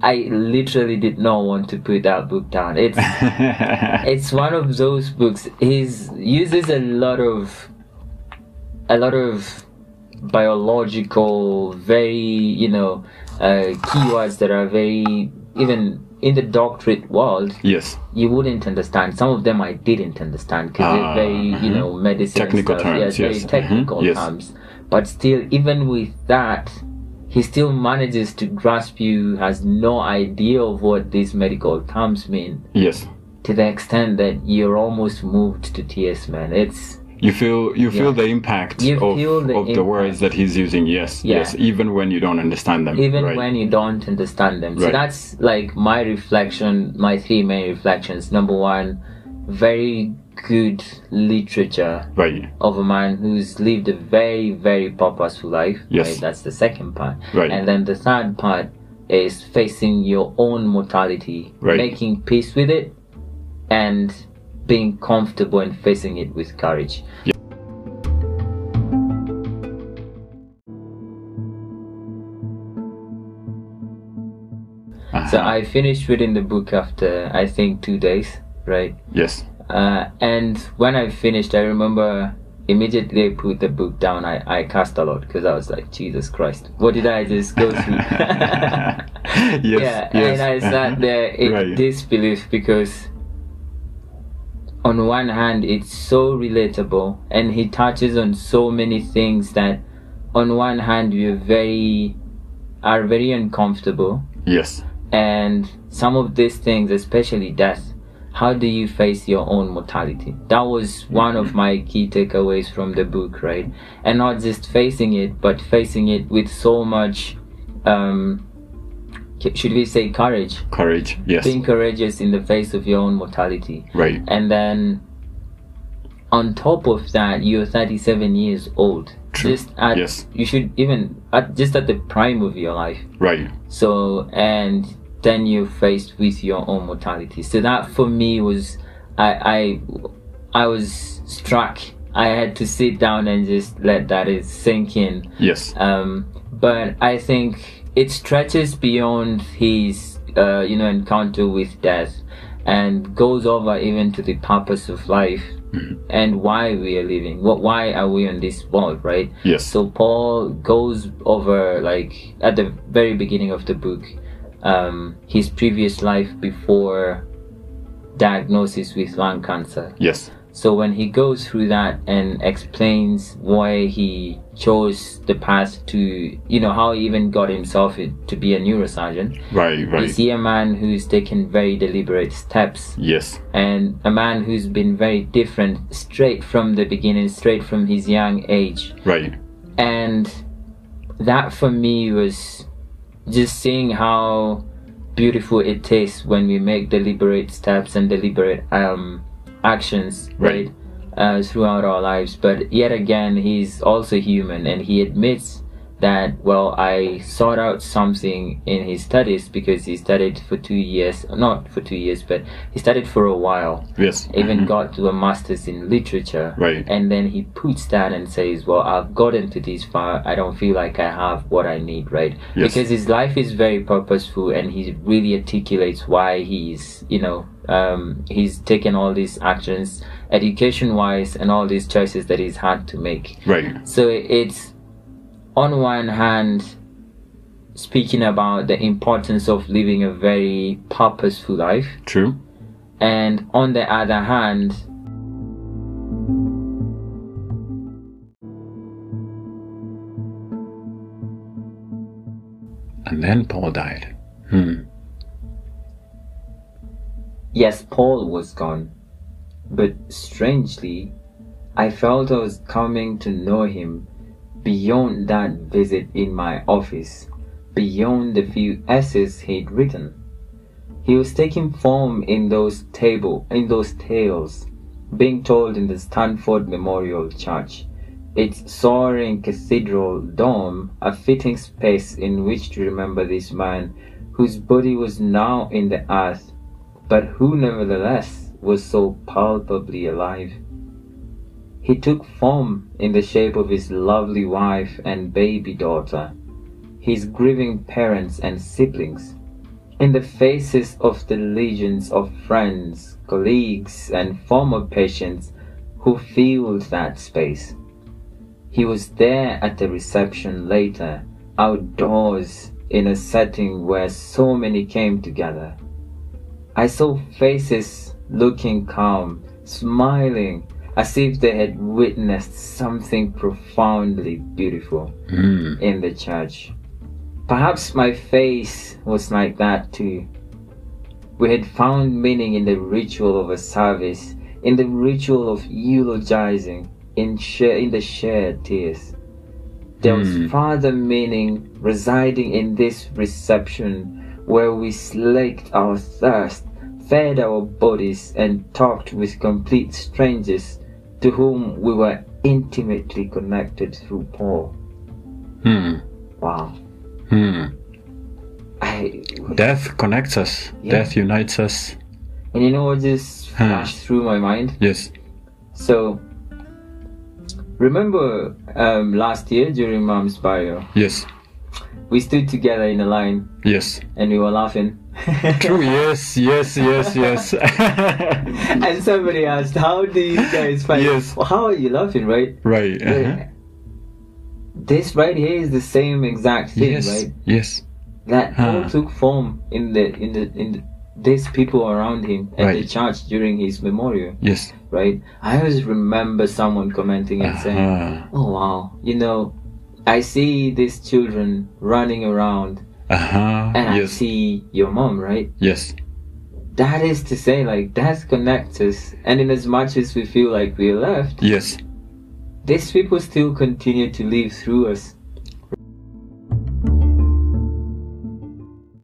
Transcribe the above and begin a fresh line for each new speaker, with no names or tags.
I literally did not want to put that book down. It's it's one of those books. He's uses a lot of a lot of biological, very you know, uh, keywords that are very even in the doctorate world
yes.
you wouldn't understand. Some of them I didn't understand because
Ah,
they're very, you
mhm.
know, medicine and
Technical
stuff.
terms,
Yeah,
yes.
very technical
Mhm, yes.
terms. But still, even with that, he still manages to grasp you. Has no idea of what these medical terms mean
Yes.
to the extent that you're almost moved to tears, man. It's
You feel you feel
Yeah.
the impact
You
of,
feel the
of the words that he's using. Yes,
Yeah.
yes. Even when you don't understand them.
even
right.
when you don't understand them. So
Right.
that's like my reflection, my three main reflections. Number one, very good literature
right.
of a man who's lived a very, very purposeful life.
Yes.
Right? That's the second part.
Right.
And then the third part is facing your own mortality,
Right.
making peace with it, and being comfortable and facing it with courage. So
Uh-huh.
I finished reading the book after, I think, two days, right?
yes.
Uh, and when I finished, I remember immediately I put the book down. I, I cursed a lot because I was like, Jesus Christ, what did I just go through?
yes.
yeah,
yes.
and I
uh-huh.
sat there in
Right.
disbelief because, on one hand, it's so relatable and he touches on so many things that, on one hand, we're very, are very uncomfortable
Yes.
and some of these things, especially death, how do you face your own mortality? That was one
Mm-hmm.
of my key takeaways from the book, right? And not just facing it, but facing it with so much, um, c- should we say, courage?
Courage. Yes.
Being courageous in the face of your own mortality.
Right.
And then, on top of that, you're 37 years old.
True.
Just at,
Yes.
you should even at just at the prime of your life.
Right.
So, and then you're faced with your own mortality. So that for me was, I, I, I was struck. I had to sit down and just let that is sink in.
Yes.
Um, but I think it stretches beyond his, uh, you know, encounter with death and goes over even to the purpose of life and why we are living. What, why are we on this world, right?
Yes.
So Paul goes over, like, at the very beginning of the book, um, his previous life before diagnosis with lung cancer.
yes.
So when he goes through that and explains why he chose the path to, you know, how he even got himself in- to be a neurosurgeon,
Right.
you
Right.
see a man who's taken very deliberate steps
Yes.
and a man who's been very different straight from the beginning, straight from his young age.
Right.
And that for me was just seeing how beautiful it is when we make deliberate steps and deliberate um, actions
Right.
uh, throughout our lives but yet again he's also human and he admits that well i sought out something in his studies because he studied for two years not for two years but he studied for a while
Yes.
even
Mhm.
got to a master's in literature
Right.
and then he puts that and says well i've gotten to this far i don't feel like i have what i need right
Yes.
because his life is very purposeful and he really articulates why he's you know um, he's taken all these actions education wise and all these choices that he's had to make
Right.
so it's on one hand speaking about the importance of living a very purposeful life
True.
and on the other hand
And then Paul died. Hmm.
yes paul was gone but strangely i felt i was coming to know him beyond that visit in my office beyond the few essays he'd written he was taking form in those table in those tales being told in the stanford memorial church its soaring cathedral dome a fitting space in which to remember this man whose body was now in the earth but who nevertheless was so palpably alive. He took form in the shape of his lovely wife and baby daughter, his grieving parents and siblings, in the faces of the legions of friends, colleagues, and former patients who filled that space. He was there at the reception later, outdoors, in a setting where so many came together. I saw faces looking calm, smiling, as if they had witnessed something profoundly beautiful
Mm.
in the church. Perhaps my face was like that too. We had found meaning in the ritual of a service, in the ritual of eulogizing, in, share, in the shared tears. There
Hmm.
was further meaning residing in this reception where we slaked our thirst, fed our bodies, and talked with complete strangers to whom we were intimately connected through Paul.
Hmm.
Wow.
Hmm.
I,
Death connects us.
Yeah.
Death unites us.
and you know what just
Huh.
flashed through my mind?
Yes.
So, remember um, last year during Mom's bio,
Yes.
we stood together in a line
Yes.
and we were laughing.
True. Yes. Yes. Yes. Yes.
and somebody asked, "How do you guys find?
Yes.
Well, how are you laughing, right?"
right. Uh-huh.
This right here is the same exact thing,
Yes.
right?
Yes.
That all
Huh.
took form in the in the in the, these people around him at the
Right.
church during his memorial,
Yes.
right? I always remember someone commenting and saying,
Uh-huh.
"Oh wow, you know." I see these children running around,
Uh-huh.
and I
Yes.
see your mom, right?
Yes.
That is to say, like, that connects us. And in as much as we feel like we're left,
Yes.
these people still continue to live through us.